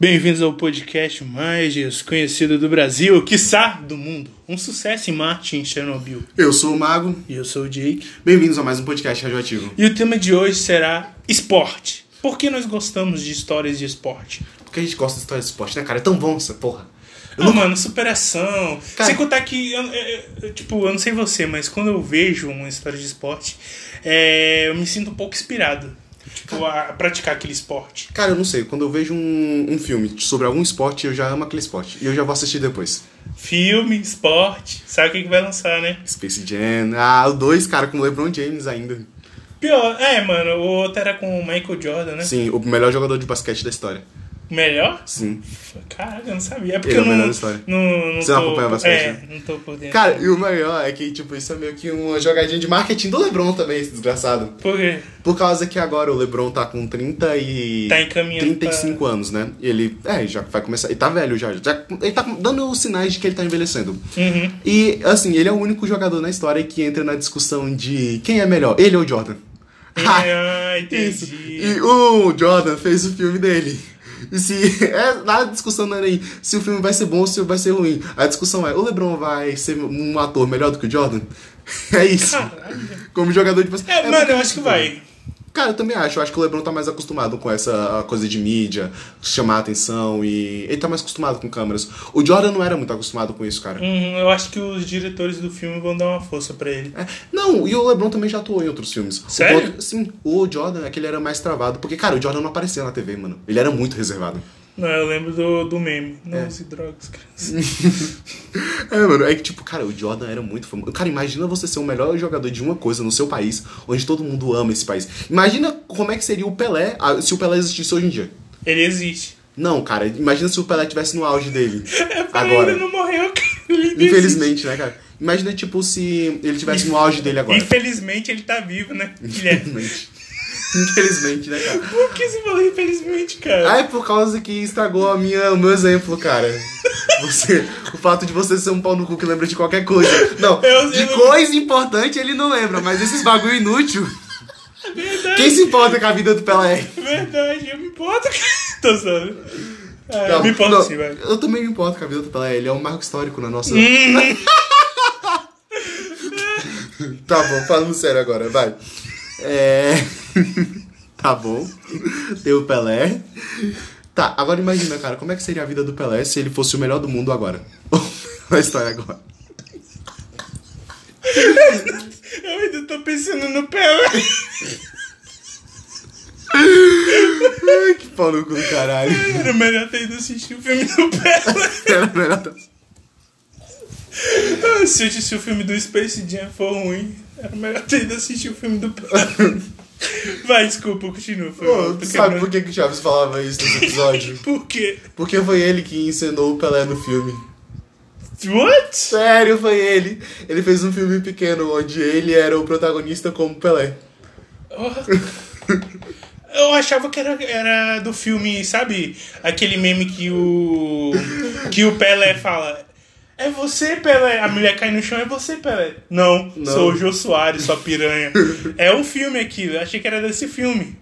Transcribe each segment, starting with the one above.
Bem-vindos ao podcast mais desconhecido do Brasil, quiçá do mundo. Um sucesso em Marte, em Chernobyl. Eu sou o Mago, E eu sou o Jake. bem-vindos a mais um podcast radioativo. E o tema de hoje será esporte. Por que nós gostamos de histórias de esporte? Porque a gente gosta de história de esporte, né, cara? É tão bom essa porra. Ah, mano, superação. Cara- Sem contar que, eu- eu- eu- tipo, eu não sei você, mas quando eu vejo uma história de esporte, é, eu me sinto um pouco inspirado tipo, a praticar aquele esporte. Cara, eu não sei, quando eu vejo um, um filme sobre algum esporte, eu já amo aquele esporte. E eu já vou assistir depois. Filme, esporte, sabe o que, que vai lançar, né? Space Jam, ah, o 2, cara, com o LeBron James ainda. Pior, é, mano, o outro era com o Michael Jordan, né? Sim, o melhor jogador de basquete da história. Melhor? Sim. Caraca, eu não sabia. É porque Ele é eu o não, melhor da história. não, não Você tô, não acompanha basquete, É, né? não tô por dentro. Cara, e o melhor é que, tipo, isso é meio que uma jogadinha de marketing do LeBron também, esse desgraçado. Por quê? Por causa que agora o LeBron tá com 30 e... Tá encaminhando 35 anos, né? E ele, é, já vai começar... Ele tá velho já, já. Ele tá dando os sinais de que ele tá envelhecendo. Uhum. E, assim, ele é o único jogador na história que entra na discussão de quem é melhor, ele ou Jordan. Ah, entendi. Isso. E o Jordan fez o filme dele. E se. É, lá a discussão não era aí se o filme vai ser bom ou se vai ser ruim. A discussão é: o LeBron vai ser um ator melhor do que o Jordan? É isso. Caralho. Como jogador tipo assim, de basquete. É, mano, eu acho que vai. Cara, eu também acho. Eu acho que o LeBron tá mais acostumado com essa coisa de mídia, chamar a atenção e. Ele tá mais acostumado com câmeras. O Jordan não era muito acostumado com isso, cara. Uhum, eu acho que os diretores do filme vão dar uma força pra ele. É. Não, e o LeBron também já atuou em outros filmes. O Sério? ponto- sim, o Jordan é que ele era mais travado. Porque, cara, o Jordan não aparecia na TV, mano. Ele era muito reservado. Não, eu lembro do, do meme. Não use drogas, criança. É, mano, é que, tipo, cara, o Jordan era muito famoso. Cara, imagina você ser o melhor jogador de uma coisa no seu país, onde todo mundo ama esse país. Imagina como é que seria o Pelé ah, se o Pelé existisse hoje em dia. Ele existe. Não, cara, imagina se o Pelé estivesse no auge dele. É Ah, Ele agora. não morreu, cara. Ele existe. Infelizmente, né, cara? Imagina, tipo, se ele estivesse no auge dele agora. Infelizmente ele tá vivo, né, Guilherme? Infelizmente. Infelizmente, né, cara? Por que você falou infelizmente, cara? Ah, é por causa que estragou a minha, o meu exemplo, cara. Você, o fato de você ser um pau no cu que lembra de qualquer coisa. Não, Eu- de eu não- coisa importante ele não lembra, mas esses bagulho inútil. É Verdade. Quem se importa com a vida do Pelé? É Verdade, eu me importo, cara. Tô zoando. Ah, Não, eu me importo não, sim, Hum. vai. Eu também me importo com a vida do Pelé, ele é um marco histórico na nossa. tá bom, falando sério agora, vai. É. tá bom. Tem o Pelé. Tá, agora imagina, cara, como é que seria a vida do Pelé se ele fosse o melhor do mundo agora? a história agora. Eu ainda tô pensando no Pelé. Ai, que pau no cu do caralho. Era melhor ter ido assistir o filme do Pelé. Era melhor. Ah, Se eu assistir o filme do Space Jam for ruim, era melhor ter ido assistir o filme do Pelé. Vai, desculpa, continua. Foi mal, Pô, tô tu sabe quebrando. por que, que o Chaves falava isso nesse episódio? Por quê? Porque foi ele que encenou o Pelé no filme. What? Sério, foi ele. Ele fez um filme pequeno onde ele era o protagonista como Pelé. Oh. Eu achava que era, era do filme, sabe? Aquele meme que o. que o Pelé fala. É você, Pelé. A mulher cai no chão, é você, Pelé. Não, Não. sou o Jô Soares, sua piranha. é um filme aquilo. Eu achei que era desse filme.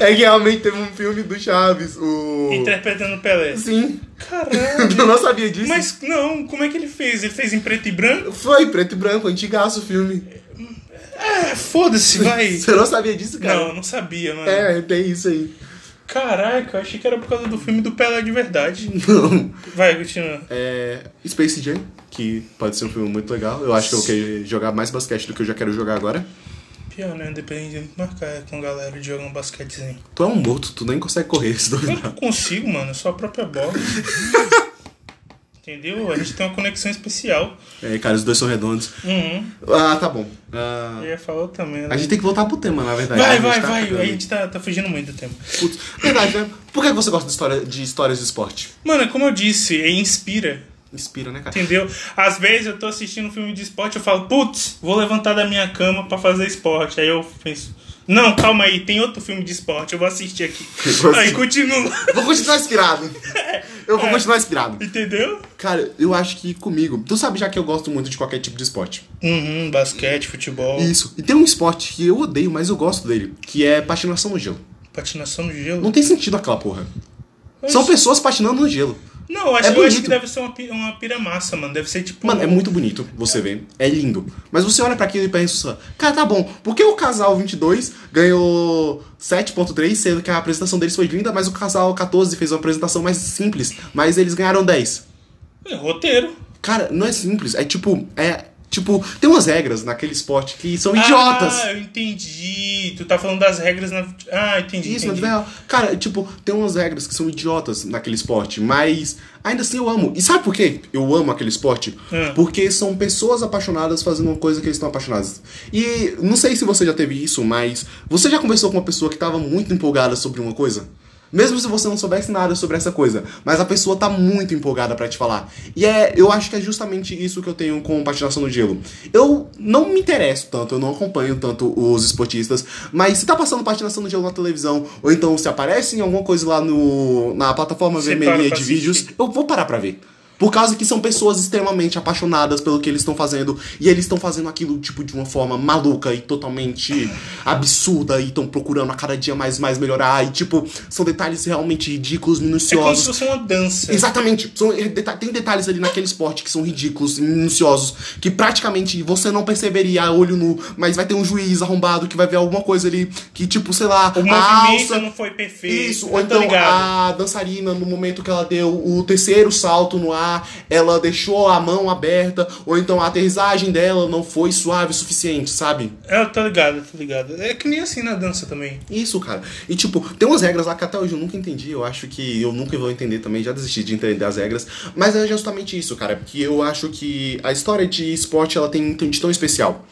É que realmente teve um filme do Chaves, o. Interpretando o Pelé. Sim. Caralho. Eu não sabia disso. Mas não, como é que ele fez? Ele fez em preto e branco? Foi preto e branco, antigaço o filme. É, foda-se, vai. Você não sabia disso, cara? Não, não sabia, mano. É, tem isso aí. Caraca, eu achei que era por causa do filme do Pelé de verdade. Não. Vai, continua. É. Space Jam, que pode ser um filme muito legal. Eu acho que eu quero jogar mais basquete do que eu já quero jogar agora. Pior, né? Depende de marcar com a galera de jogar um basquetezinho. Tu é um morto, tu nem consegue correr se Eu duvidar. não consigo, mano. Eu sou a própria bola. Entendeu? A gente tem uma conexão especial. É, cara, os dois são redondos. Uhum. Ah, tá bom. Ah, Eu ia falar também. Né? a gente tem que voltar pro tema, na verdade. Vai, A gente vai, tá vai. ficando- A gente tá, tá fugindo muito do tema. Putz, verdade, né? Por que você gosta de, história, de histórias de esporte? Mano, como eu disse, é inspira. Inspira, né, cara? Entendeu? Às vezes eu tô assistindo um filme de esporte, eu falo, putz, vou levantar da minha cama pra fazer esporte. Aí eu penso, não, calma aí, tem outro filme de esporte, eu vou assistir aqui. vou aí assistir. continua. Vou continuar inspirado. Eu É. vou continuar inspirado. Entendeu? Cara, eu acho que comigo. Tu sabe já que eu gosto muito de qualquer tipo de esporte. Uhum, basquete, futebol, Isso. E tem um esporte que eu odeio, mas eu gosto dele, que é patinação no gelo. patinação no gelo. Não tem sentido aquela porra. São pessoas patinando no gelo. Não, eu acho, eu É acho que bonito. deve ser uma, pi- uma piramassa, mano. Deve ser tipo. Mano, é muito bonito você ver. É lindo. Mas você olha pra aquilo e pensa, cara, tá bom. Por que o casal 22 ganhou 7.3, sendo que a apresentação deles foi linda, mas o casal 14 fez uma apresentação mais simples, mas eles ganharam 10? É roteiro. Cara, não é simples. É tipo, é tipo, tem umas regras naquele esporte que são idiotas. Ah, eu entendi. Tu tá falando das regras na. Ah, entendi. Isso, na entendi. vida real. Cara, tipo, tem umas regras que são idiotas naquele esporte, mas ainda assim eu amo. E sabe por quê? Eu amo aquele esporte? Hum. Porque são pessoas apaixonadas fazendo uma coisa que eles estão apaixonados. E não sei se você já teve isso, mas você já conversou com uma pessoa que estava muito empolgada sobre uma coisa? Mesmo se você não soubesse nada sobre essa coisa, mas a pessoa tá muito empolgada pra te falar. E é, eu acho que é justamente isso que eu tenho com patinação no gelo. Eu não me interesso tanto, eu não acompanho tanto os esportistas, mas se tá passando patinação no gelo na televisão, ou então se aparece em alguma coisa lá no, na plataforma Você para vermelha pra de vídeos, assistir. eu vou parar pra ver. Por causa que são pessoas extremamente apaixonadas pelo que eles estão fazendo e eles estão fazendo aquilo tipo de uma forma maluca e totalmente absurda e estão procurando a cada dia mais mais melhorar e tipo são detalhes realmente ridículos, É como se minuciosos. fosse uma dança. Exatamente. São deta- tem detalhes ali naquele esporte que são ridículos, minuciosos, que praticamente você não perceberia a olho nu, mas vai ter um juiz arrombado que vai ver alguma coisa ali que tipo, sei lá, O a movimento alça não foi perfeito. isso, eu ou tô então ligado. a dançarina, no momento que ela deu o terceiro salto no ar, ela deixou a mão aberta, ou então a aterrissagem dela não foi suave o suficiente, sabe? Eu tô ligado, eu tô ligado. É que nem assim na dança também. Isso, cara. E tipo, tem umas regras lá que até hoje eu nunca entendi. Eu acho que eu nunca vou entender também. Já desisti de entender as regras. Mas é justamente isso, cara. Porque eu acho que a história de esporte ela tem um de tão especial.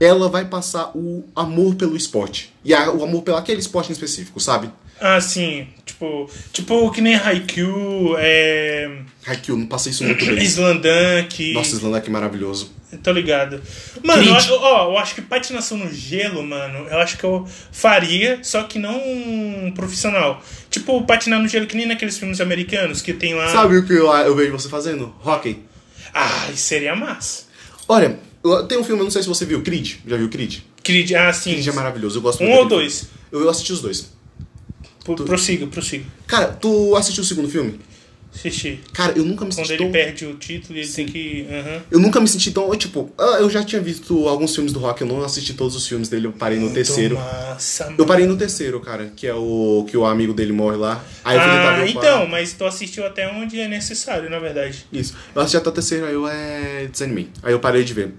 Ela vai passar o amor pelo esporte. E a- o amor pelo aquele esporte em específico, sabe? Ah, sim. Tipo, tipo que nem Haikyuu, é... Haikyuu, não passa isso muito bem. Slandank. Nossa, Islândia, que maravilhoso. Tô ligado. Mano, eu, Creed. acho- ó, eu acho que patinação no gelo, mano, eu acho que eu faria, só que não um profissional. Tipo, patinar no gelo que nem naqueles filmes americanos que tem lá. Sabe o que eu, eu vejo você fazendo? Rock. Ah, isso seria massa. Olha, eu- tem um filme, eu não sei se você viu, Creed. Já viu Creed? Creed, ah, sim. Creed é maravilhoso, eu gosto Um muito. ou daquele dois? filme. Eu, eu assisti os dois. Pro- Prossiga, prossiga. Cara, tu assistiu o segundo filme? Xixi. Cara, eu nunca me Quando senti ele tão... perde o título, ele tem que. aham. Eu nunca me senti tão... eu, Tipo, ah, eu já tinha visto alguns filmes do Rock, eu não assisti todos os filmes dele, eu parei no terceiro. Então, massa, mano. Eu parei no terceiro, cara, que é o que o amigo dele morre lá. Aí eu fui tentar ver Ah, o então, quarto. mas tu assistiu até onde é necessário, na verdade. Isso. Eu assisti até o terceiro, aí eu é... desanimei. Aí eu parei de ver.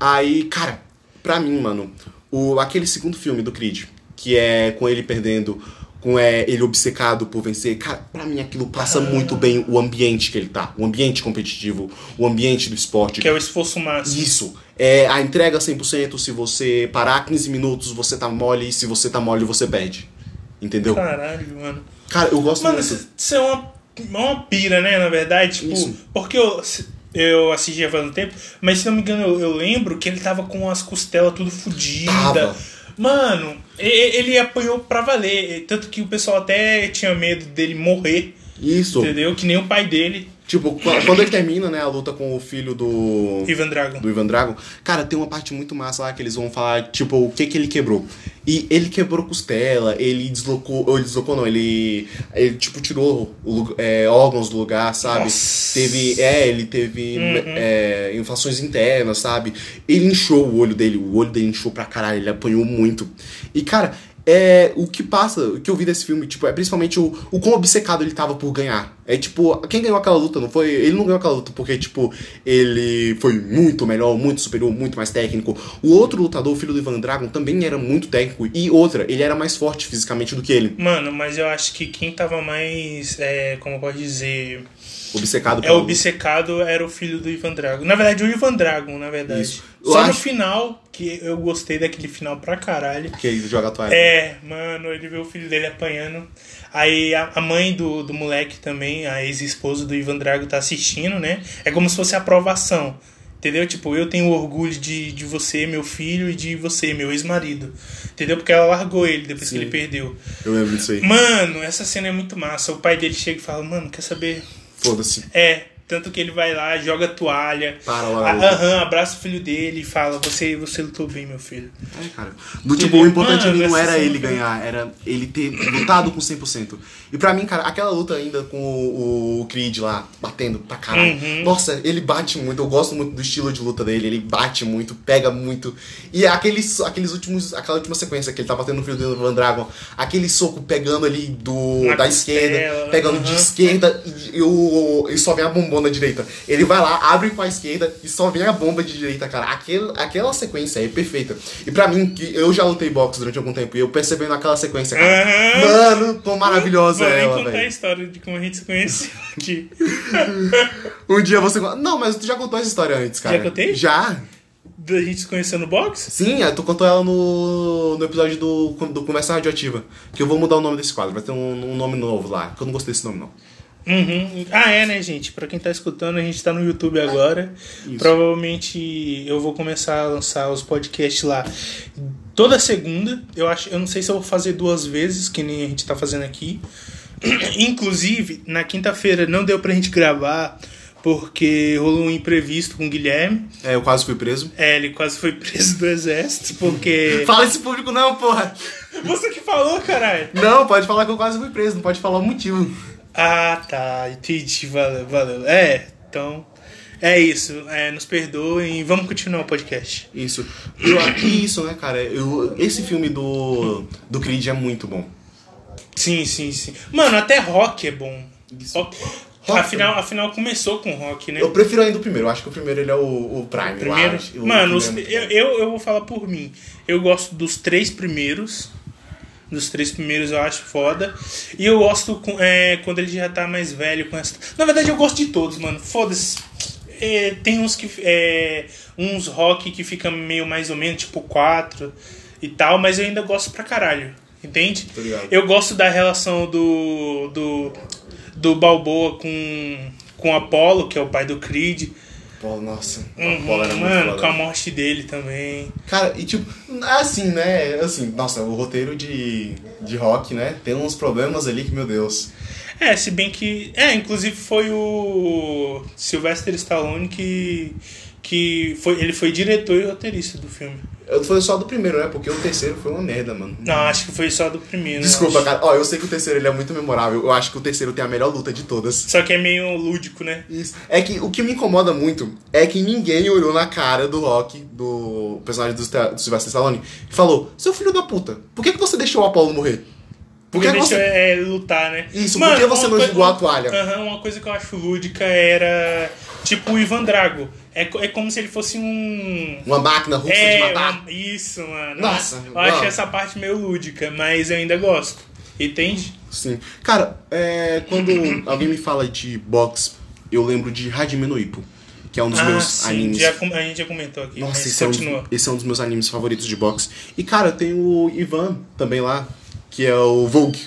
Aí, cara, pra mim, mano, o, aquele segundo filme do Creed, que é com ele perdendo, com é, ele obcecado por vencer, cara, pra mim aquilo passa muito bem o ambiente que ele tá. O ambiente competitivo, o ambiente do esporte. Que é o esforço máximo. Isso. É a entrega 100%, se você parar 15 minutos, você tá mole, e se você tá mole, você perde. Entendeu? Caralho, mano. Cara, eu gosto Mano, muito. isso é uma, uma pira, né? Na verdade, tipo, Isso. porque eu, eu assisti há faz um tempo, mas se não me engano, eu, eu lembro que ele tava com as costelas tudo Tava. fodidas. Mano, e- e- ele apanhou pra valer. e Tanto que o pessoal até tinha medo dele morrer, Isso. entendeu? Que nem o pai dele, Tipo, qu- quando ele termina, né, a luta com o filho do. Ivan Dragon. do Ivan Drago, cara, tem uma parte muito massa lá que eles vão falar, tipo, o que que ele quebrou. E ele quebrou costela, ele deslocou, ou ele deslocou não, ele, ele tipo, tirou o lu- é, órgãos do lugar, sabe? Nossa. Teve, é, ele teve Uhum. é, inflações internas, sabe? Ele inchou o olho dele, o olho dele inchou pra caralho, ele apanhou muito. E, cara, é, o que passa, o que eu vi desse filme, tipo, é principalmente o, o quão obcecado ele tava por ganhar. É tipo, quem ganhou aquela luta não foi. Ele não ganhou aquela luta porque, tipo, ele foi muito melhor, muito superior, muito mais técnico. O outro lutador, o filho do Ivan Dragon, também era muito técnico. E outra, ele era mais forte fisicamente do que ele. Mano, mas eu acho que quem tava mais, é, como eu posso dizer, Obcecado é pela luta. obcecado era o filho do Ivan Drago. Na verdade, o Ivan Dragon, na verdade. Isso. Eu Só no acho- final, que eu gostei daquele final pra caralho. Que ele joga a toalha. É, mano, ele vê o filho dele apanhando. Aí a, a mãe do, do moleque também, a ex-esposa do Ivan Drago, tá assistindo, né? É como se fosse aprovação. Entendeu? Tipo, eu tenho orgulho de, de você, meu filho, e de você, meu ex-marido. Entendeu? Porque ela largou ele depois que ele perdeu. Eu lembro disso aí. Mano, essa cena é muito massa. O pai dele chega e fala, mano, quer saber? Foda-se. É, Tanto que ele vai lá, joga toalha. Para a- logo. Aham, abraça o filho dele e fala: Você, você lutou bem, meu filho. É, cara. No, tipo, o importante Mano, não essa era cena é ele foi- ganhar, era ele ter lutado com 100%. E pra mim, cara, aquela luta ainda com o, o Creed lá, batendo pra caralho. Uhum. Nossa, ele bate muito, eu gosto muito do estilo de luta dele, ele bate muito, pega muito. E aqueles, aqueles últimos, aquela última sequência que ele tá batendo no filho do Van Dragon, aquele soco pegando ali do, Na da costela, esquerda, pegando de aham. esquerda e, e o- e só vem a bombona direita. Ele vai lá, abre com a esquerda e só vem a bomba de direita, cara. Aquela, aquela sequência é perfeita. E pra mim, que eu já lutei boxe durante algum tempo e eu percebendo aquela sequência, cara. Aham. Mano, quão maravilhosa Vou é nem ela, contar a velho. história de como a gente se conheceu aqui. Um dia você. Não, mas tu já contou essa história antes, cara. contei? Já. Da gente se conhecendo no box? Sim, é, tu contou ela no, no episódio do, do Conversa Radioativa. Que eu vou mudar o nome desse quadro, vai ter um, um nome novo lá. Que eu não gostei desse nome, não. Uhum. Ah, é, né, gente? Pra quem tá escutando, a gente tá no YouTube agora. Provavelmente eu vou começar a lançar os podcasts lá toda segunda. Eu acho, eu não sei se eu vou fazer duas vezes, que nem a gente tá fazendo aqui. Inclusive, na quinta-feira não deu pra gente gravar porque rolou um imprevisto com o Guilherme. É, eu quase fui preso. É, ele quase foi preso do exército porque Fala esse público, não, porra! Você que falou, caralho. Não, pode falar que eu quase fui preso, não pode falar o motivo. Ah, tá. Entendi. Valeu, valeu. É, então. É isso. É, nos perdoem. Vamos continuar o podcast. Isso. Eu, e isso, né, cara? Eu, esse filme do, do Creed é muito bom. Sim, sim, sim. Mano, até rock é bom. Isso. Rock- Rock. afinal, afinal, começou com rock, né? Eu prefiro ainda o primeiro, eu acho que o primeiro ele é o, o Prime. Primeiro. eu acho. O Mano, os- primeiro eu, é muito bom. eu, eu vou falar por mim. Eu gosto dos três primeiros. Dos três primeiros eu acho foda. E eu gosto com- é, quando ele já tá mais velho com essa. Na verdade, eu gosto de todos, mano. Foda-se. É, tem uns que. é, uns rock que fica meio mais ou menos, tipo 4 e tal, mas eu ainda gosto pra caralho. Entende? Tô ligado. Eu gosto da relação do. do. do Balboa com. com Apollo, que é o pai do Creed. Pô, nossa, a Uhum, bola era muito mano, foda. com a morte dele também. Cara, e tipo, assim, né? Assim, nossa, o roteiro de, de rock, né? Tem uns problemas ali que, meu Deus. É, se bem que. É, inclusive foi o Sylvester Stallone que. que foi, ele foi diretor e roteirista do filme. Eu falei só do primeiro, né? Porque o terceiro foi uma merda, mano. Não, acho que foi só do primeiro. Uhum. né? Desculpa, acho. cara. Ó, eu sei que o terceiro ele é muito memorável. Eu acho que o terceiro tem a melhor luta de todas. Só que é meio lúdico, né? Isso. É que o que me incomoda muito é que ninguém olhou na cara do Rock, do personagem do, Sta- do Sylvester Stallone, e falou: Seu filho da puta, por que, que você deixou o Apollo morrer? Por Porque que deixa você. é, lutar, né? Isso, por que você uma não coi- jogou a toalha? Aham, uma coisa que eu acho lúdica era. Tipo o Ivan Drago. É, co- é como se ele fosse um. Uma máquina russa de matar? É, uma- isso, mano. Nossa, eu acho não. essa parte meio lúdica, mas eu ainda gosto. Entende? Sim. Cara, é, quando alguém me fala de box, eu lembro de Hajime no Ippo, que é um dos ah, meus sim, animes já com- a gente já comentou aqui. Nossa, mas esse é, um dos, continua. esse é um dos meus animes favoritos de boxe. E, cara, tem o Ivan também lá, que é o Vogue.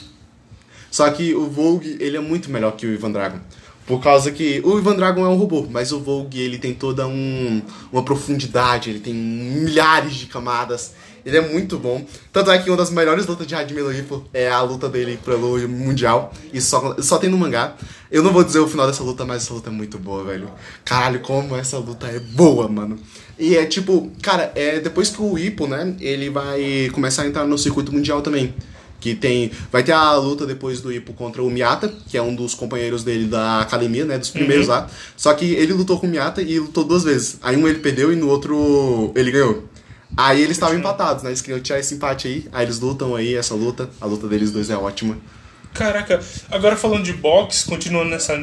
Só que o Vogue, ele é muito melhor que o Ivan Dragon. Por causa que o Ivan Dragon é um robô, mas o Vogue, ele tem toda um, uma profundidade, ele tem milhares de camadas. Ele é muito bom. Tanto é que uma das melhores lutas de Hajime no Ippo é a luta dele pelo Mundial. E só, só tem no mangá. Eu não vou dizer o final dessa luta, mas essa luta é muito boa, velho. Caralho, como essa luta é boa, mano. E é tipo, cara, é depois que o Ippo, né, ele vai começar a entrar no circuito mundial também. Que tem. Vai ter a luta depois do Ippo contra o Miata, que é um dos companheiros dele da academia, né? Dos primeiros lá. Só que ele lutou com o Miata e lutou duas vezes. Aí um ele perdeu e no outro ele ganhou. Aí eles estavam empatados, né? Eles queriam tirar esse empate aí. Aí eles lutam aí, essa luta. A luta deles dois é ótima. Caraca, agora falando de boxe, continuando nessa.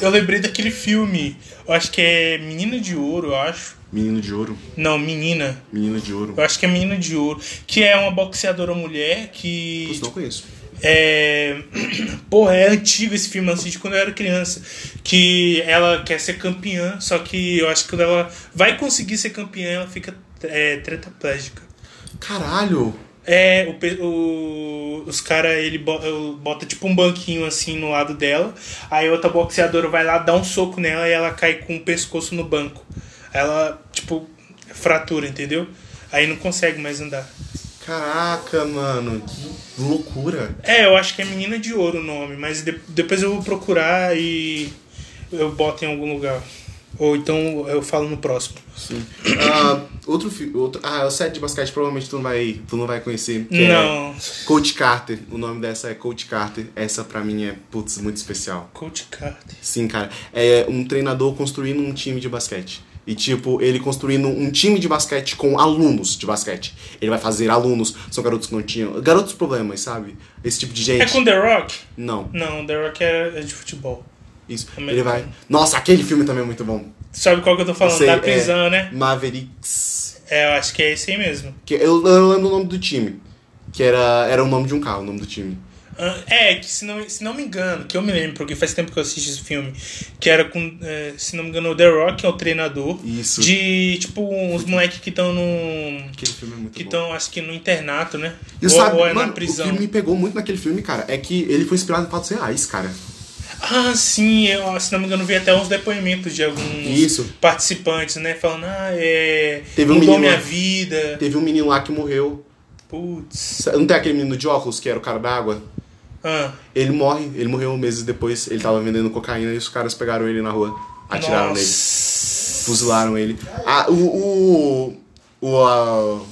Eu lembrei daquele filme. Eu acho que é Menina de Ouro, eu acho. Menino de ouro. Não, Menina. Menino de ouro. Eu acho que é Menina de Ouro. Que é uma boxeadora mulher que. Isso não conheço. É. Porra, é antigo esse filme, eu assisti quando eu era criança. Que ela quer ser campeã, só que eu acho que quando ela vai conseguir ser campeã, ela fica é, tetraplégica. Caralho! É, o, pe- o- os caras, ele bo- eu- bota tipo um banquinho assim no lado dela, aí outra boxeadora vai lá, dá um soco nela e ela cai com o pescoço no banco. Ela, tipo, fratura, entendeu? Aí não consegue mais andar. Caraca, mano. Que loucura. É, eu acho que é Menina de Ouro o nome, mas de- depois eu vou procurar e eu boto em algum lugar. Ou então eu falo no próximo. Sim. Ah, outro filme. Outro, ah, é o set de basquete, provavelmente tu não vai, tu não vai conhecer. que Não. É Coach Carter. O nome dessa é Coach Carter. Essa pra mim é, putz, muito especial. Coach Carter. Sim, cara. É um treinador construindo um time de basquete. E, tipo, ele construindo um time de basquete com alunos de basquete. Ele vai fazer alunos, são garotos que não tinham. Garotos problemas, sabe? Esse tipo de gente. É com The Rock? Não, Não, The Rock é, é de futebol. isso. Americano. Ele vai. Nossa, aquele filme também é muito bom. Sabe qual que eu tô falando? Sei, da é, prisão, né? Mavericks. É, eu acho que é esse aí mesmo. Que eu, eu lembro o nome do time. Que era, era o nome de um carro, o nome do time. Ah, É, que se não, se não me engano, que eu me lembro, porque faz tempo que eu assisti esse filme, que era com, eh, se não me engano, o The Rock é o treinador. Isso. De, tipo, uns moleques que estão no. Aquele filme é muito Que bom. estão, Tá Então, acho que no internato, né? E ou, sabe, ou é mano, na prisão. o que me pegou muito naquele filme, cara, é que ele foi inspirado em fatos reais, cara. Ah, sim, eu, se não me engano, vi até uns depoimentos de alguns Isso. participantes, né? Falando, ah, é. Teve um mudou menino minha lá. vida. Teve um menino lá que morreu. Putz. Não tem aquele menino de óculos que era o cara d'água? Ah, Ele morre, ele morreu meses depois. Ele tava vendendo cocaína e os caras pegaram ele na rua, atiraram nele. nossa. Fuzilaram ele. Ah, o. O. O, ah, o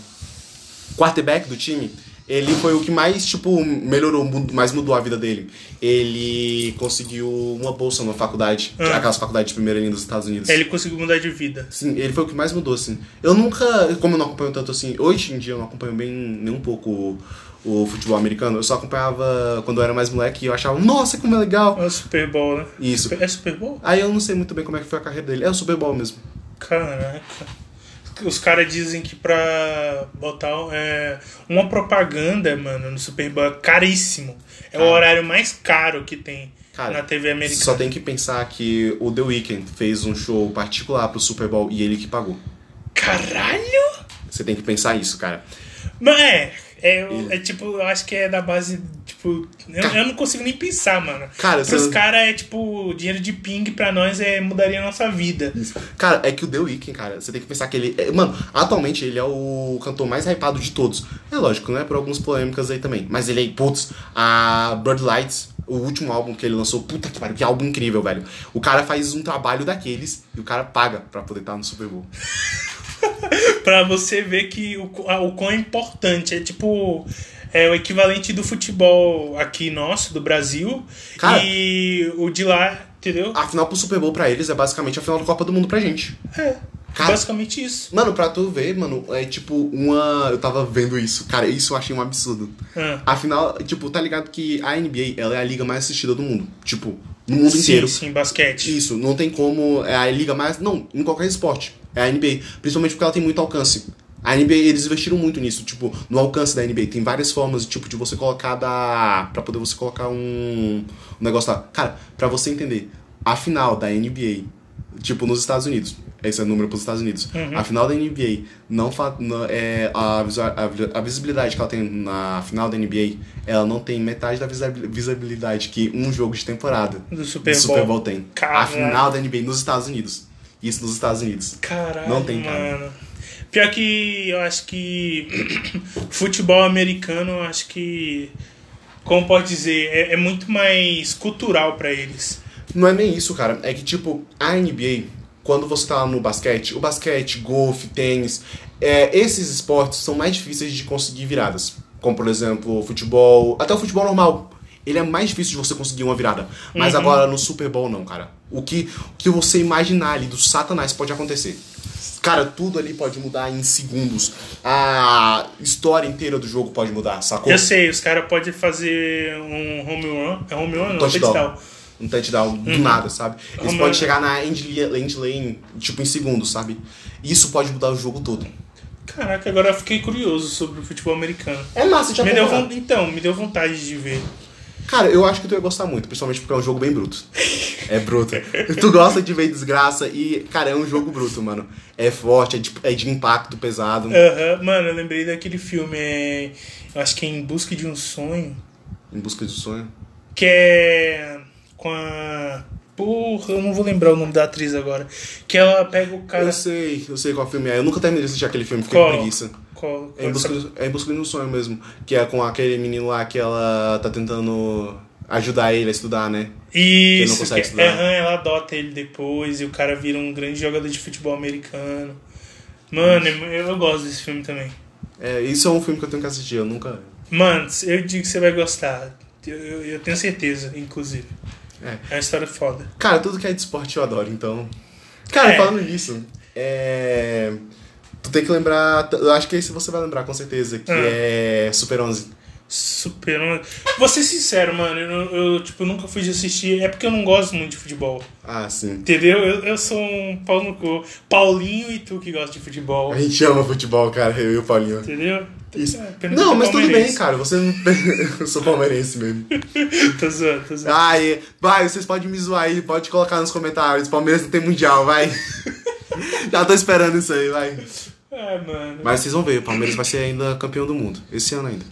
quarterback do time, ele foi o que mais, tipo, melhorou, mud- mais mudou a vida dele. Ele conseguiu uma bolsa numa faculdade, Ah. aquelas faculdades de primeira linha dos Estados Unidos. É, Ele conseguiu mudar de vida. Sim, ele foi o que mais mudou, assim. Eu nunca, como eu não acompanho tanto assim, hoje em dia eu não acompanho bem nem um pouco o, o futebol americano. Eu só acompanhava quando eu era mais moleque e eu achava, nossa, como é legal. É o Super Bowl, né? Isso. É Super Bowl? Aí eu não sei muito bem como é que foi a carreira dele. É o Super Bowl mesmo. Caraca. Os caras dizem que pra botar é, uma propaganda, mano, no Super Bowl é caríssimo. É o Cara. horário mais caro que tem Ah. Cara, na TV americana. Só tem que pensar que o The Weeknd fez um show particular pro Super Bowl e ele que pagou. Caralho! Você tem que pensar isso, cara. Mas é, é, eu- é tipo, eu acho que é da base, tipo, eu, eu não consigo nem pensar, mano. Cara, Pros você- caras é tipo, dinheiro de ping pra nós é mudaria a nossa vida. Cara, é que o The Weeknd, cara, você tem que pensar que ele. é- mano, atualmente ele é o cantor mais hypado de todos. É lógico, né? Por algumas polêmicas aí também. Mas ele é, putz, a Bird Lights, o último álbum que ele lançou, puta que pariu, que álbum incrível, velho. O cara faz um trabalho daqueles e o cara paga pra poder estar no Super Bowl. Pra você ver que o, qu- a- o quão é importante. É tipo. É o equivalente do futebol aqui nosso, do Brasil. Cara. e o de lá, entendeu? A final pro Super Bowl pra eles é basicamente a final da Copa do Mundo pra gente. É. Cara. Basicamente isso. Mano, pra tu ver, mano, é tipo uma. Eu tava vendo isso, cara, isso eu achei um absurdo. Ah. Afinal, tipo, tá ligado que a NBA, ela é a liga mais assistida do mundo. Tipo, no mundo sim, inteiro. sim, basquete. Isso, não tem como. É a liga mais. Não, em qualquer esporte. É a NBA. Principalmente porque ela tem muito alcance. A NBA, eles investiram muito nisso, tipo, no alcance da NBA. Tem várias formas, tipo, de você colocar da. Pra poder você colocar um. Um negócio lá. Cara, pra você entender, a final da NBA, tipo, nos Estados Unidos. Esse é o número pros Estados Unidos. A final da NBA não fa não- é, a, visua- a vi- a visibilidade que ela tem na final da NBA, ela não tem metade da visa- visibilidade que um jogo de temporada Do Super do Bowl. Super Bowl tem. Caralho. A final da NBA nos Estados Unidos. Isso nos Estados Unidos. Caralho, Não tem, cara. mano. Pior que eu acho que futebol americano, eu acho que. Como pode dizer? É, é muito mais cultural pra eles. Não é nem isso, cara. É que, tipo, a NBA, quando você tá lá no basquete, o basquete, golfe, tênis, é, esses esportes são mais difíceis de conseguir viradas. Como, por exemplo, o futebol. Até o futebol normal. Ele é mais difícil de você conseguir uma virada. Mas Uhum. agora no Super Bowl, não, cara. O que, o que você imaginar ali do Satanás pode acontecer. Cara, tudo ali pode mudar em segundos. A história inteira do jogo pode mudar, sacou? Eu sei, os caras podem fazer um home run. É home run? Não, touchdown. touchdown. Uhum. Um touchdown do nada, sabe? Eles Uma- podem chegar na end, li- end lane, tipo, em segundos, sabe? Isso pode mudar o jogo todo. Caraca, agora eu fiquei curioso sobre o futebol americano. É massa de Me deu acompanhar. von- Então, me deu vontade de ver. Cara, eu acho que tu ia gostar muito, principalmente porque é um jogo bem bruto. É bruto. tu gosta de ver desgraça e, cara, é um jogo bruto, mano. É forte, é de, é de impacto pesado. Aham, Mano, eu lembrei daquele filme. é, Eu acho que é Em Busca de um Sonho. Em busca do sonho. Que é. Com a. Porra, eu não vou lembrar o nome da atriz agora. Que ela pega o cara. Eu sei, eu sei qual filme é. Eu nunca terminei de assistir aquele filme, fiquei com Qual? preguiça. Qual- É em, qual- busca, do- é em busca de um sonho mesmo. Que é com aquele menino lá que ela tá tentando. ajudar ele a estudar, né? Isso, não consegue que- é, estudar. aham, ela adota ele depois e o cara vira um grande jogador de futebol americano. Mano, eu, eu gosto desse filme também. É, isso é um filme que eu tenho que assistir, eu nunca. Mano, eu digo que você vai gostar. Eu, eu- eu tenho certeza, inclusive. É. É uma história foda. Cara, tudo que é de esporte eu adoro, então. Cara, É. falando nisso, é. Tu tem que lembrar. Eu acho que esse você vai lembrar com certeza, que Ah. é Super 11. Super. Vou ser sincero, mano. Eu, eu, tipo, nunca fui de assistir. É porque eu não gosto muito de futebol. Ah, sim. Entendeu? Eu, eu sou um pau no cu. Paulinho e tu que gosta de futebol. A gente ama futebol, cara, eu e o Paulinho. Entendeu? Isso. É, pena que Não, eu mas tudo bem, palmeirense. cara. Você. eu sou palmeirense mesmo. Tô zoando, tô zoando. Ai, vai, vocês podem me zoar aí, pode colocar nos comentários. Palmeiras não tem mundial, vai. Já tô esperando isso aí, vai. Ah, mano. Mas vocês vão ver, o Palmeiras vai ser ainda campeão do mundo. Esse ano ainda.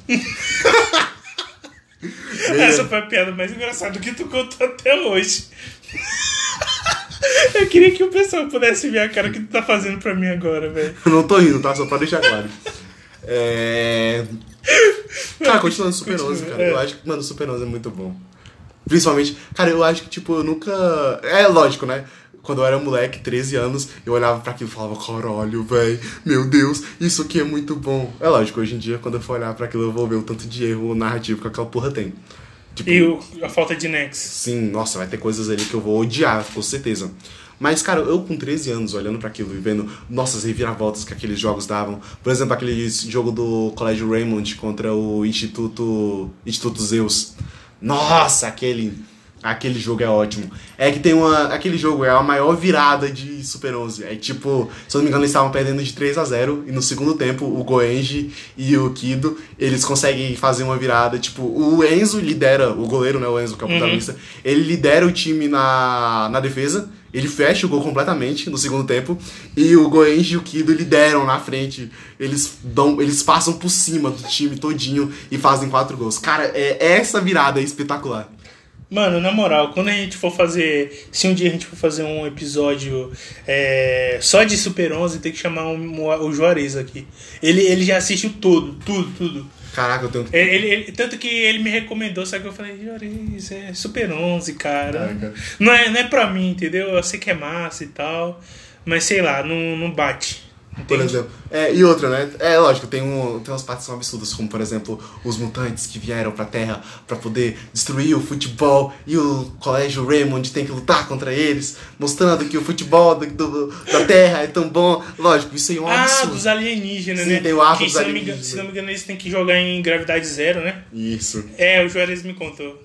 Essa foi a piada mais engraçada que tu contou até hoje. Eu queria que o pessoal pudesse ver a cara que tu tá fazendo pra mim agora, velho. Eu não tô rindo, tá? Só pra deixar claro. É. Cara, continuando Super Continua, 11, cara. é. Eu acho que, mano, Super 11 é muito bom. Principalmente, cara, eu acho que, tipo, eu nunca. É lógico, né? Quando eu era moleque, 13 anos, eu olhava pra aquilo e falava, caralho, velho, meu Deus, isso aqui é muito bom. É lógico, hoje em dia, quando eu for olhar pra aquilo, eu vou ver o tanto de erro narrativo que aquela porra tem. Tipo, E o, a falta de nexo. Sim, nossa, vai ter coisas ali que eu vou odiar, com certeza. Mas, cara, eu com 13 anos olhando pra aquilo e vendo nossas reviravoltas que aqueles jogos davam. Por exemplo, aquele jogo do Colégio Raymond contra o Instituto, Instituto Zeus. Nossa, aquele, aquele jogo é ótimo. É que tem uma. Aquele jogo é a maior virada de Super 11. É tipo, se eu não me engano, eles estavam perdendo de 3 a 0 E no segundo tempo, o Goenji e o Kido, eles conseguem fazer uma virada. Tipo, o Enzo lidera, o goleiro, né? O Enzo, que é o protagonista, ele lidera o time na, na defesa. Ele fecha o gol completamente no segundo tempo. E o Goenji e o Kido lideram na frente. Eles dão, eles passam por cima do time todinho e fazem quatro gols. Cara, é, essa virada é espetacular. Mano, na moral, quando a gente for fazer. Se um dia a gente for fazer um episódio é, só de Super 11, tem que chamar um- o Juarez aqui. Ele, ele já assistiu tudo, tudo, tudo. Caraca, eu tenho que. Ele, ele- ele- tanto que ele me recomendou, só que eu falei, Juarez, é Super 11, cara. Caraca. Não é, não é pra mim, entendeu? Eu sei que é massa e tal, mas sei lá, não, não bate. Por entende? exemplo. É, e outra, né? É lógico, tem, um, tem umas partes que são absurdas, como por exemplo, os mutantes que vieram pra Terra pra poder destruir o futebol e o Colégio Raymond tem que lutar contra eles, mostrando que o futebol do- do- da Terra é tão bom. Lógico, isso aí é um Ah, absurdo. dos alienígenas, Sim, né? tem o arco que, dos se, não me engano, alienígenas. né? se não me engano, eles têm que jogar em gravidade zero, né? Isso. É, o Juarez me contou.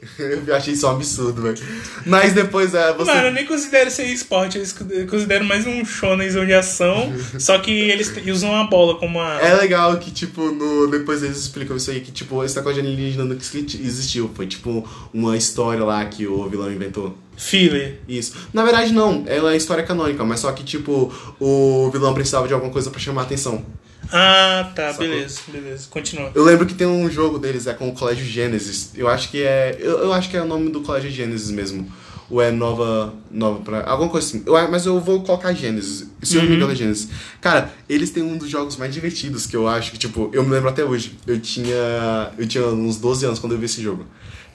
Eu achei isso um absurdo, velho. Mas depois é, você. Mano, eu nem considero isso aí esporte, eles co- consideram mais um shonenzão de ação, só que eles te- usam a bola como uma... É legal que, tipo, no, depois eles explicam isso aí, que, tipo, esse negócio de alienígena nunca existiu. Foi, tipo, uma história lá que o vilão inventou. filler. Isso. Na verdade, não. Ela é história canônica, mas só que, tipo, o vilão precisava de alguma coisa pra chamar a atenção. Ah, tá, Sacou? beleza, beleza, continua. Eu lembro que tem um jogo deles, é com o Colégio Gênesis. Eu acho que é. Eu, eu acho que é o nome do Colégio Gênesis mesmo. Ou é Nova. Nova pra. Alguma coisa assim. Eu- mas eu vou colocar Gênesis. Se eu não me Uhum. engano, é Gênesis. Cara, eles têm um dos jogos mais divertidos que eu acho que, tipo, eu me lembro até hoje. Eu tinha. Eu tinha uns 12 anos quando eu vi esse jogo.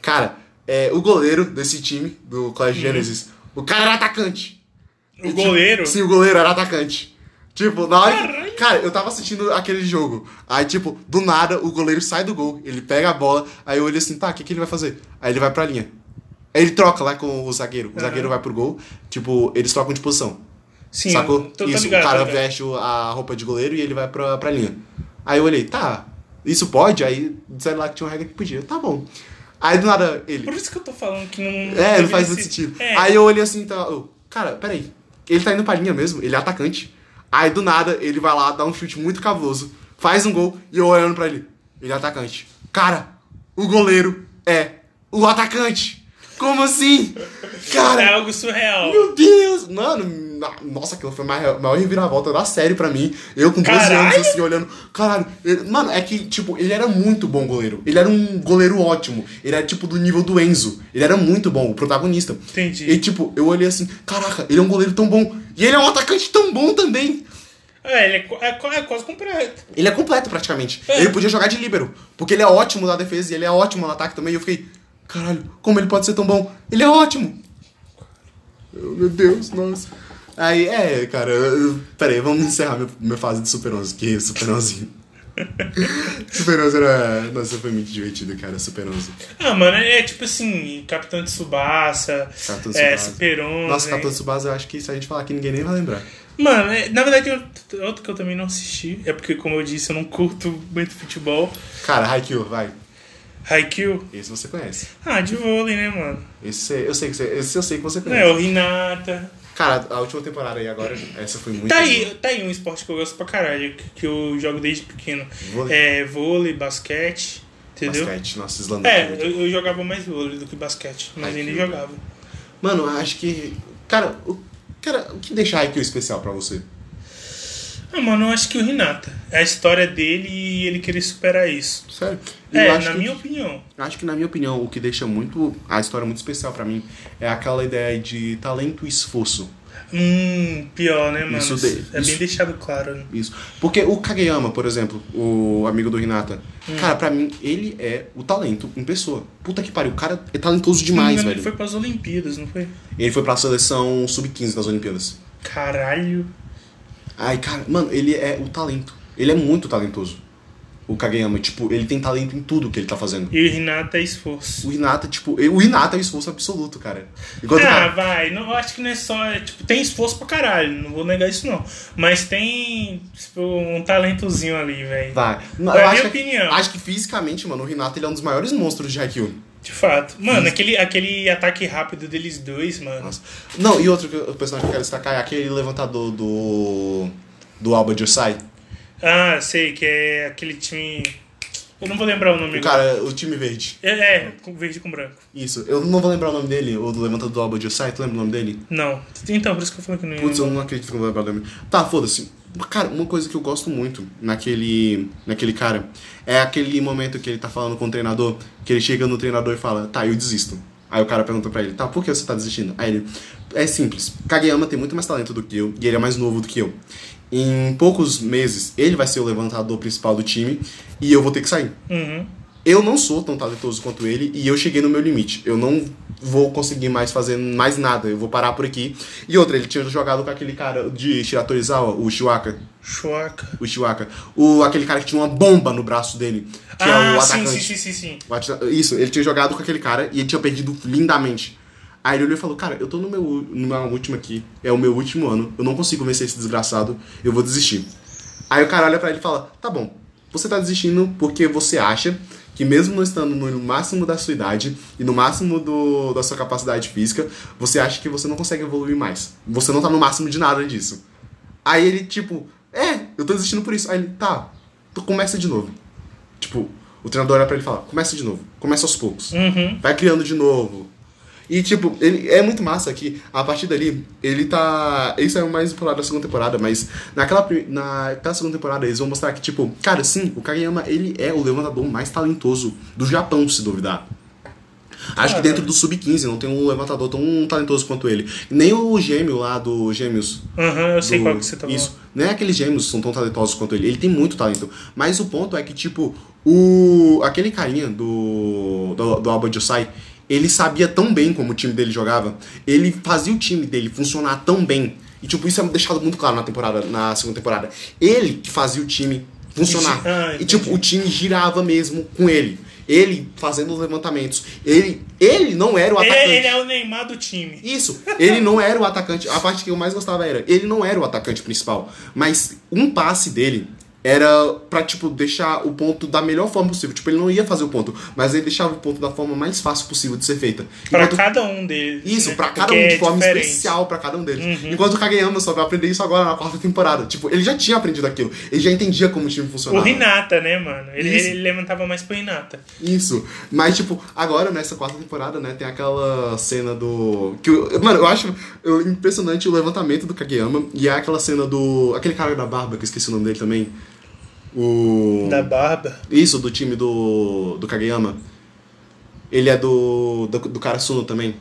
Cara, é, o goleiro desse time, do Colégio Gênesis, o cara era atacante. Uhum. O goleiro... Sim, o goleiro era atacante. Tipo, na hora. que- Cara, eu tava assistindo aquele jogo. Aí, tipo, do nada, o goleiro sai do gol, ele pega a bola, aí eu olho assim, tá, o que, que ele vai fazer? Aí ele vai pra linha. Aí ele troca lá com o zagueiro. O zagueiro vai pro gol, tipo, eles trocam de posição. Sim, sacou? tô- tô isso, ligado, o cara tô ligado. veste o- a roupa de goleiro e ele vai pra, pra linha. Aí eu olhei, tá, isso pode? Aí disseram lá que tinha uma regra que podia. Tá bom. Aí do nada ele. Por isso que eu tô falando que não. É, deveria não faz ser- muito sentido. É. Aí eu olhei assim, então, eu, cara, peraí. Ele tá indo pra linha mesmo, ele é atacante. Aí do nada ele vai lá, dá um chute muito cabuloso, faz um gol e eu olhando pra ele. Ele é atacante. Cara, o goleiro é o atacante. Como assim? É Cara, algo surreal. meu Deus! Mano, na- nossa, aquilo foi a maior, maior reviravolta da série pra mim. Eu com 12 Caralho! anos, assim, olhando. Caralho, ele- mano, é que, tipo, ele era muito bom goleiro. Ele era um goleiro ótimo. Ele era, tipo, do nível do Enzo. Ele era muito bom, o protagonista. Entendi. E, tipo, eu olhei assim, caraca, ele é um goleiro tão bom. E ele é um atacante tão bom também. É, ele é, qu- é qu- é quase completo. Ele é completo praticamente. É. Ele podia jogar de líbero, porque ele é ótimo na defesa e ele é ótimo no ataque também. E eu fiquei, Caralho, como ele pode ser tão bom? Ele é ótimo! Eu, meu Deus, nossa. Aí, é, cara, eu- peraí, vamos encerrar meu- minha fase de Super 11, que Super 11. Super 11 era. Nossa, foi muito divertido, cara, Super 11. Ah, mano, é tipo assim, Capitão de Subaça, Capitão é, Tsubasa. Super 11. Nossa, Capitão Tsubasa, eu acho que se a gente falar aqui, ninguém nem vai lembrar. Mano, é- na verdade, outro- outro que eu também não assisti. É porque, como eu disse, eu não curto muito futebol. Cara, Haikyuu, vai. Haikyuu. Esse você conhece. Ah, de vôlei, né, mano? Esse, você- eu sei que você, esse eu sei que você Não é, conhece. o Hinata. Cara, a última temporada aí agora, essa foi muito Tá boa. aí, tá aí um esporte que eu gosto pra caralho, que- que eu jogo desde pequeno. Vôlei. É vôlei, basquete, entendeu? Basquete, nossa, Islândia. É, eu, eu jogava mais vôlei do que basquete, mas Haikyuu. ainda jogava. Mano, eu acho que. Cara, o, cara, o que deixa Haikyuu especial pra você? Ah, mano, eu acho que o Hinata. É a história dele e ele querer superar isso. Sério? é, eu acho na que, minha opinião. Acho que, na minha opinião, o que deixa muito. A história muito especial pra mim é aquela ideia de talento e esforço. Hum, pior, né, mano? Isso de- é isso- bem deixado claro, né? Isso. Porque o Kageyama, por exemplo, o amigo do Hinata, Hum. cara, pra mim, ele é o talento em pessoa. Puta que pariu, o cara é talentoso Se não me demais, engano, velho. Ele foi pras Olimpíadas, não foi? Ele foi pra seleção sub-15 das Olimpíadas. Caralho. Ai, cara, mano, ele é o talento. Ele é muito talentoso. O Kageyama, tipo, ele tem talento em tudo que ele tá fazendo. E o Hinata é esforço. O Hinata, tipo, ele- o Hinata é o esforço absoluto, cara. Enquanto o Ah, cara- vai. Não, eu acho que não é só. é, tipo, tem esforço pra caralho, não vou negar isso não. Mas tem, tipo, um talentozinho ali, velho. Vai. Não, é eu a acho minha que- opinião. Acho que fisicamente, mano, o Hinata ele é um dos maiores monstros de Haikyuu. De fato. Mano, aquele, aquele ataque rápido deles dois, mano. Nossa. Não, e outro que eu- personagem que eu quero destacar é aquele levantador do. do Alba Josai. Ah, sei, que é aquele time. Eu não vou lembrar o nome O agora. cara, o time verde. É, é, com verde com branco. Isso. Eu não vou lembrar o nome dele, o do levantador do Alba Josai, tu lembra o nome dele? Não. Então, por isso que eu falei que não ia. Putz, lembrar. eu não acredito que eu não vou lembrar o nome. Tá, foda-se. Cara, uma coisa que eu gosto muito naquele, naquele cara é aquele momento que ele tá falando com o treinador, que ele chega no treinador e fala, tá, eu desisto. Aí o cara pergunta pra ele, tá, por que você tá desistindo? Aí ele, é simples, Kageyama tem muito mais talento do que eu e ele é mais novo do que eu. Em poucos meses, ele vai ser o levantador principal do time e eu vou ter que sair. Uhum. Eu não sou tão talentoso quanto ele e eu cheguei no meu limite. Eu não vou conseguir mais fazer mais nada. Eu vou parar por aqui. E outra, ele tinha jogado com aquele cara de Shiratorizawa, o Shiwaka. Choca. O Shiwaka. O, aquele cara que tinha uma bomba no braço dele, que ah, é o sim, atacante. sim, sim, sim, sim. O atita- Isso, ele tinha jogado com aquele cara e ele tinha perdido lindamente. Aí ele olhou e falou, cara, eu tô no meu, no meu último aqui, é o meu último ano, eu não consigo vencer esse desgraçado, eu vou desistir. Aí o cara olha pra ele e fala, tá bom, você tá desistindo porque você acha que mesmo não estando no máximo da sua idade e no máximo do, da sua capacidade física, você acha que você não consegue evoluir mais. Você não tá no máximo de nada disso. Aí ele, tipo, é, eu tô desistindo por isso. Aí ele, tá, tu começa de novo. Tipo, o treinador olha pra ele e fala, começa de novo, começa aos poucos. Uhum. Vai criando de novo. E, tipo, ele, é muito massa que a partir dali, ele tá. Isso é o mais popular da segunda temporada, mas naquela, prim- naquela segunda temporada eles vão mostrar que, tipo, cara, sim, o Kageyama ele é o levantador mais talentoso do Japão, se duvidar. Acho Cara. que dentro do Sub-15 não tem um levantador tão talentoso quanto ele. Nem o gêmeo lá do Gêmeos, Aham, eu sei do- qual que você tá falando. Isso. Não é aqueles gêmeos que são tão talentosos quanto ele. Ele tem muito talento. Mas o ponto é que, tipo, o aquele carinha do, do, do Alba Josai, ele sabia tão bem como o time dele jogava. Ele fazia o time dele funcionar tão bem. E, tipo, isso é deixado muito claro na temporada, na segunda temporada. Ele que fazia o time funcionar. Isso, ah, e, tipo, o time girava mesmo com ele. Ele fazendo os levantamentos. Ele, ele não era o Ele, atacante. é- ele é o Neymar do time. Isso, ele não era o atacante. A parte que eu mais gostava era, ele não era o atacante principal, mas um passe dele era pra, tipo, deixar o ponto da melhor forma possível. Tipo, ele não ia fazer o ponto, mas ele deixava o ponto da forma mais fácil possível de ser feita. Pra Enquanto- cada um deles. Isso, né? pra cada Porque um de é forma diferente. Uhum. especial pra cada um deles. Enquanto o Kageyama só vai aprender isso agora na quarta temporada. Tipo, ele já tinha aprendido aquilo, ele já entendia como o time O funcionava. Renata, né, mano? Ele, Isso. ele levantava mais pro Renata. Isso. Mas, tipo, agora nessa quarta temporada, né, tem aquela cena do. Que, eu- mano, eu acho eu- impressionante o levantamento do Kageyama. E é aquela cena do. Aquele cara da barba, que eu esqueci o nome dele também. O. Da barba. Isso, do time do. do Kageyama. Ele é do. do, do Karasuno também.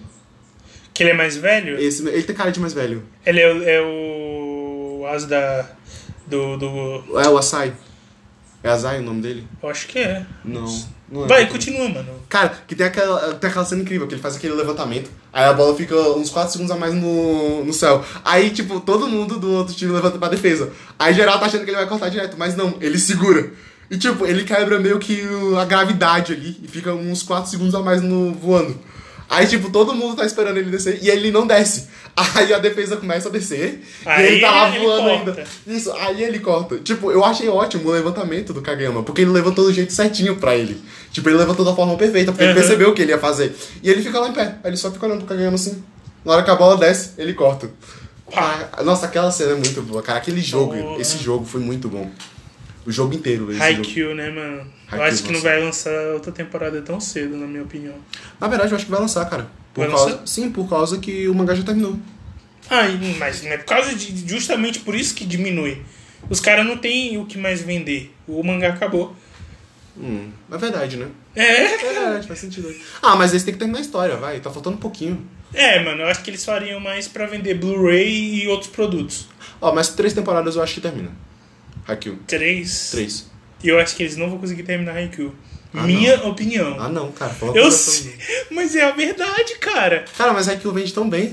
Que ele é mais velho? Esse, ele tem cara de mais velho. Ele é, o- é o as da. Do, do. É o Asai. É Azai o nome dele? Eu acho que é. Não. não é. Vai, continua, mano. Cara, que tem aquela, tem aquela cena incrível, que ele faz aquele levantamento, aí a bola fica uns 4 segundos a mais no, no céu. Aí, tipo, todo mundo do outro time levanta pra defesa. Aí geral tá achando que ele vai cortar direto, mas não, ele segura. E tipo, ele quebra meio que o- a gravidade ali e fica uns 4 segundos a mais no voando. Aí, tipo, todo mundo tá esperando ele descer e ele não desce. Aí a defesa começa a descer Aí e ele tá lá ele voando corta. ainda. Isso, aí ele corta. Tipo, eu achei ótimo o levantamento do Kageyama, porque ele levantou do jeito certinho pra ele. Tipo, ele levantou da forma perfeita, porque ele Uhum. percebeu o que ele ia fazer. E ele fica lá em pé, aí ele só fica olhando pro Kageyama assim. Na hora que a bola desce, ele corta. Ah, nossa, aquela cena é muito boa, cara. Aquele jogo, Boa. esse jogo foi muito bom. O jogo inteiro. Esse jogo. Haikyuu, né, mano? eu Haikyuu, acho que não nossa. vai lançar outra temporada tão cedo, na minha opinião. Na verdade, eu acho que vai lançar, cara. Por Vai causa... lançar? Sim, por causa que o mangá já terminou. Ai, mas é por causa de. Justamente por isso que diminui. Os caras não têm o que mais vender. O mangá acabou. Hum, é verdade, né? É. É verdade, faz sentido. Ah, mas esse tem que terminar a história, vai. Tá faltando um pouquinho. É, mano, eu acho que eles fariam mais pra vender Blu-ray e outros produtos. Ó, mas três temporadas eu acho que termina. Haikyuu. Três. Três. E eu acho que eles não vão conseguir terminar Haikyuu. Ah, Minha opinião. Ah, não, cara. fala eu pra- sei, mas é a verdade, cara. Cara, mas Haikyuu vende tão bem.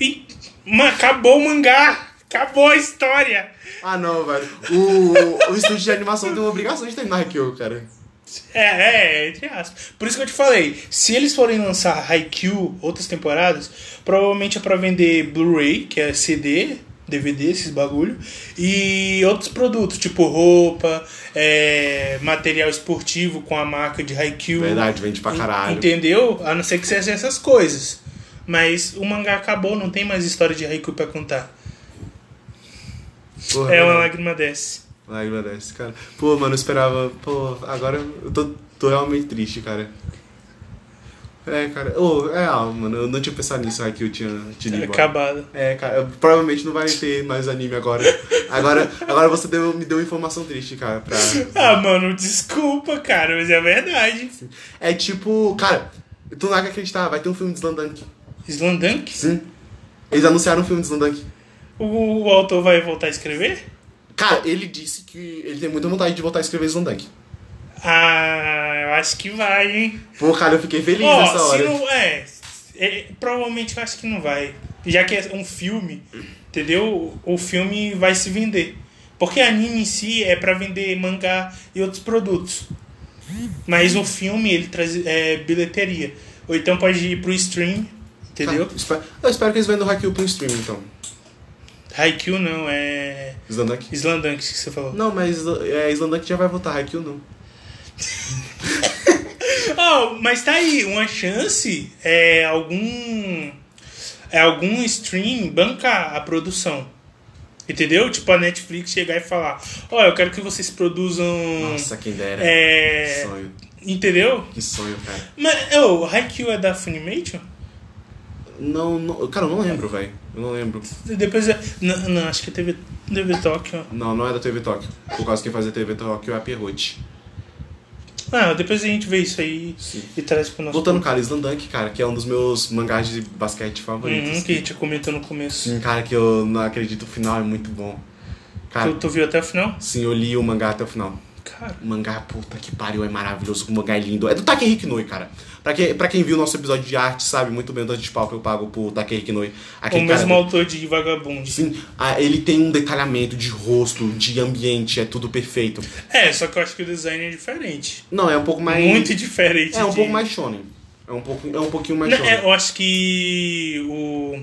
E, mano, acabou o mangá. Acabou a história. Ah, não, velho. O, o estúdio de animação tem uma obrigação de terminar Haikyuu, cara. É, é, entre aspas. Por isso que eu te falei, se eles forem lançar Haikyuu outras temporadas, provavelmente é pra vender Blu-ray, que é CD, DVD, esses bagulho, e outros produtos, tipo roupa, é, material esportivo com a marca de Haikyuu. Verdade, vende pra En- caralho. Entendeu? A não ser que seja essas coisas. Mas o mangá acabou, não tem mais história de Haikyuu pra contar. Porra, É uma verdade. lágrima desce. Lágrima desce, cara. Pô, mano, eu esperava. Pô, agora eu tô, tô realmente triste, cara. É, cara. Ô, é, ah, mano, eu não tinha pensado nisso aqui, eu tinha te lido. Tá Acabada. É, cara, provavelmente não vai ter mais anime agora. Agora, agora você deu, me deu informação triste, cara. Pra... Ah, mano, desculpa, cara, mas é verdade. É tipo, cara, tu não vai acreditar, vai ter um filme de Slandunk. Slandunk? Sim. Eles anunciaram um filme de Slandunk. O, o autor vai voltar a escrever? Cara, ele disse que ele tem muita vontade de voltar a escrever Slandunk. Ah, eu acho que vai, hein? Pô, cara, eu fiquei feliz Ó, nessa se hora. não. É, é, Provavelmente eu acho que não vai. Já que é um filme, entendeu? O filme vai se vender. Porque anime em si é pra vender mangá e outros produtos. Mas o filme ele traz é, bilheteria. Ou então pode ir pro stream, entendeu? Cara, espe- eu espero que eles vendam Haikyuu pro stream, então. Haikyuu não, é. Slandunk. Slandunk que você falou. Não, mas é, Slandunk já vai voltar, Haikyuu não. Oh, mas tá aí, uma chance é algum. É algum stream bancar a produção. Entendeu? Tipo a Netflix chegar e falar: Ó, eu quero que vocês produzam. Nossa, quem dera. Que Hum. é. sonho. Entendeu? Que sonho, cara. Mas, ô, Haikyuu é da Funimation? Não, não cara, eu não lembro, velho. Eu não lembro. Depois. é- Não, não, acho que é TV, TV Tóquio. Não, não é da TV Tóquio. Por causa que quem fazia TV Tóquio é a Pierrot. Ah, depois a gente vê isso aí Sim. e traz pro nosso. Voltando, cara, Slandunk, cara, que é um dos meus mangás de basquete favoritos. Uhum, que a gente comentou no começo. Sim, Um cara, que eu não acredito, o final é muito bom. Cara, Tu, tu viu até o final? sim, eu li o mangá até o final. Cara. O mangá, puta que pariu, é maravilhoso, o mangá é lindo. É do Takehiki Noi, cara. Pra quem, pra quem viu o nosso episódio de arte, sabe muito bem o tanto de pau que eu pago pro Takehiki Noi. O Aquele cara- mesmo autor de Vagabond. Sim, ah, ele tem um detalhamento de rosto, de ambiente, é tudo perfeito. É, só que eu acho que o design é diferente. Não, é um pouco mais... Muito diferente. É um de- pouco mais shonen. É um, pouco, é um pouquinho mais Não, shonen. é, eu acho que o,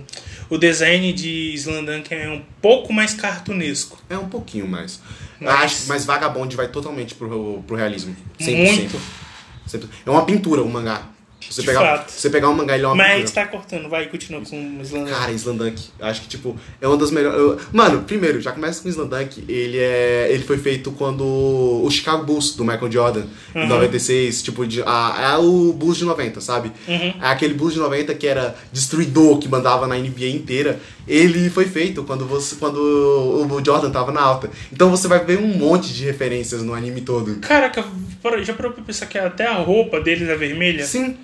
o design de Slandunk é um pouco mais cartunesco. É um pouquinho mais. Mas- Acho, mas Vagabond vai totalmente pro, pro realismo. 100%. Muito. 100%. É uma pintura o mangá. Você De pegar, fato. Você pegar um mangá, ele é uma Mas a pintura. gente tá cortando, vai, continua com o Slandunk. Cara, Slandunk, acho que, tipo, é uma das melhores. eu- Mano, primeiro, já começa com o Slandunk. Ele é. Ele foi feito quando. O Chicago Bulls do Michael Jordan, em Uhum. 96, tipo, de, a, é o Bulls de 90, sabe? É aquele Bulls de 90 que era destruidor, que mandava na NBA inteira. Ele foi feito quando você. Quando o o Jordan tava na alta. Então você vai ver um monte de referências no anime todo. Caraca, para- já parou pra pensar que até a roupa deles é vermelha? Sim.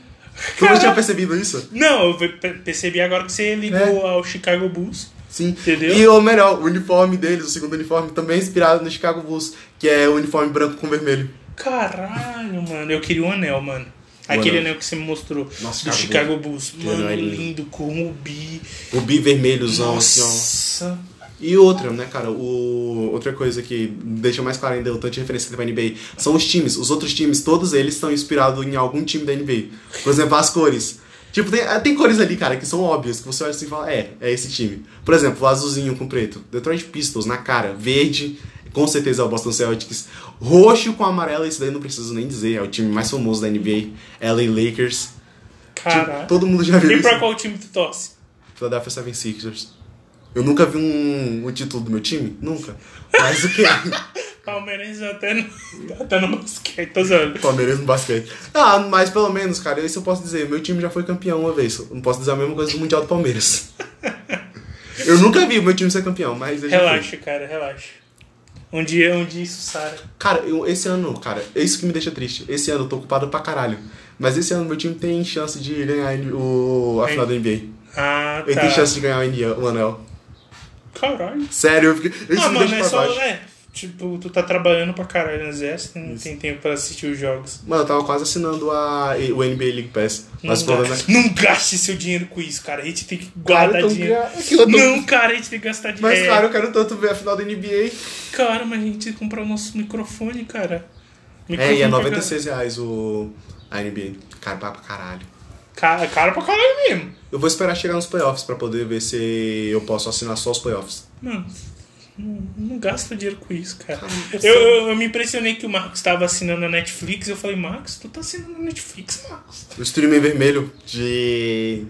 Tu não tinha percebido isso? É. Não, eu ve- pe- percebi agora que você ligou ao Chicago Bulls. Sim. Entendeu? E ou melhor, o uniforme deles, o segundo uniforme, também é inspirado no Chicago Bulls, que é o uniforme branco com vermelho. Caralho, mano. Eu queria um anel, mano. Aquele anel que você me mostrou Nossa, do cara, Chicago Bulls. anel Mano, é lindo. lindo. como o bi. O bi vermelhozão, assim, ó. Nossa. E outra, né, cara, o... outra coisa que deixa mais claro ainda o tanto de referência que tem pra NBA são os times. Os outros times, todos eles estão inspirados em algum time da NBA. Por exemplo, as cores. Tipo, tem, tem cores ali, cara, que são óbvias, que você olha assim e fala, é, é esse time. Por exemplo, o azulzinho com preto. Detroit Pistols na cara. Verde, com certeza é o Boston Celtics. Roxo com amarelo, isso daí não preciso nem dizer. É o time mais famoso da NBA. LA Lakers. Tipo, Caralho. todo mundo já viu E isso. pra qual time tu torce? Philadelphia 76ers. Eu nunca vi um, um título do meu time? Nunca. Mas o que? Palmeirense até no, até no basquete, tô zoando. Palmeiras no basquete. Ah, mas pelo menos, cara, isso eu posso dizer. Meu time já foi campeão uma vez. Eu não posso dizer a mesma coisa do Mundial do Palmeiras. Eu nunca vi o meu time ser campeão, mas. ele já foi. Relaxa, cara, relaxa. Um dia, um dia isso sara. Cara, eu, esse ano, cara, é isso que me deixa triste. Esse ano eu tô ocupado pra caralho. Mas esse ano meu time tem chance de ganhar o, a final da NBA. Ah, Ele tá. tem chance de ganhar o NBA o anel. Caralho. Sério, eu fiquei. Isso ah, me mano, deixa é pra só. baixo. É, tipo, tu tá trabalhando pra caralho no exército, não tem tempo pra assistir os jogos. Mano, eu tava quase assinando a, o NBA League Pass. Mas o não, problema é. gaste, não gaste seu dinheiro com isso, cara. A gente tem que guardar eu tô dinheiro. gra- aquilo eu tô- Não, É. cara, a gente tem que gastar dinheiro. Mas, cara, eu quero tanto ver a final da NBA. Cara, mas a gente tem que comprar o nosso microfone, cara. É, e é pra 96 reais o a NBA. Cara, pra pra caralho. Cara, cara pra caralho mesmo. Eu vou esperar chegar nos playoffs pra poder ver se eu posso assinar só os playoffs. Mano, não, não gasta dinheiro com isso, cara. Cara, Eu, eu, eu me impressionei que o Marcos tava assinando a Netflix. Eu falei, Marcos, tu tá assinando a Netflix, Marcos? O streaming vermelho de.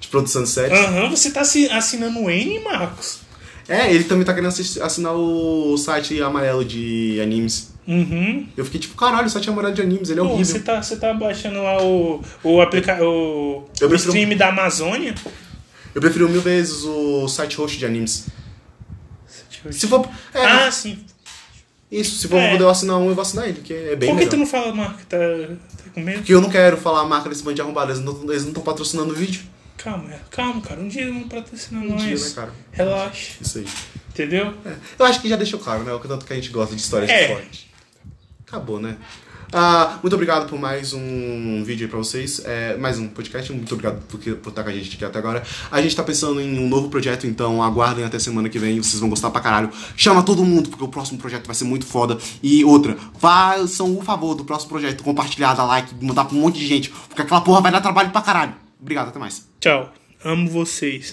de produção de série. Aham, você tá assi- assinando o N, Marcos? É, ele também tá querendo assis- assinar o site amarelo de animes. Uhum. Eu fiquei tipo, caralho, o site amarelo de animes, ele é Pô, horrível. você tá, você tá baixando lá o, o, aplica o, Eu o prefiro- um stream da Amazônia? Eu prefiro mil vezes o site roxo de animes. Deixa eu ver. Se for. É, Ah, sim. Isso, se for É. pra poder eu assinar um, eu vou assinar ele, que é bem Por que melhor. tu não fala, Marcos? Tá, tá com medo? Porque eu não quero falar a marca desse bando de arrombado, eles não estão patrocinando o vídeo. Calma, calma, cara. Um dia vão patrocinar Um nós. dia, né, cara? Relaxa. Isso aí. Entendeu? É. Eu acho que já deixou claro, né? O tanto que a gente gosta de histórias É. de esporte. Acabou, né? Ah, muito obrigado por mais um vídeo aí pra vocês. É, mais um podcast. Muito obrigado por, que- por estar com a gente aqui até agora. A gente tá pensando em um novo projeto, então aguardem até semana que vem. Vocês vão gostar pra caralho. Chama todo mundo, porque o próximo projeto vai ser muito foda. E outra, façam o favor do próximo projeto. Compartilhar, dar like, mandar pra um monte de gente. Porque aquela porra vai dar trabalho pra caralho. Obrigado, até mais. Tchau. Amo vocês.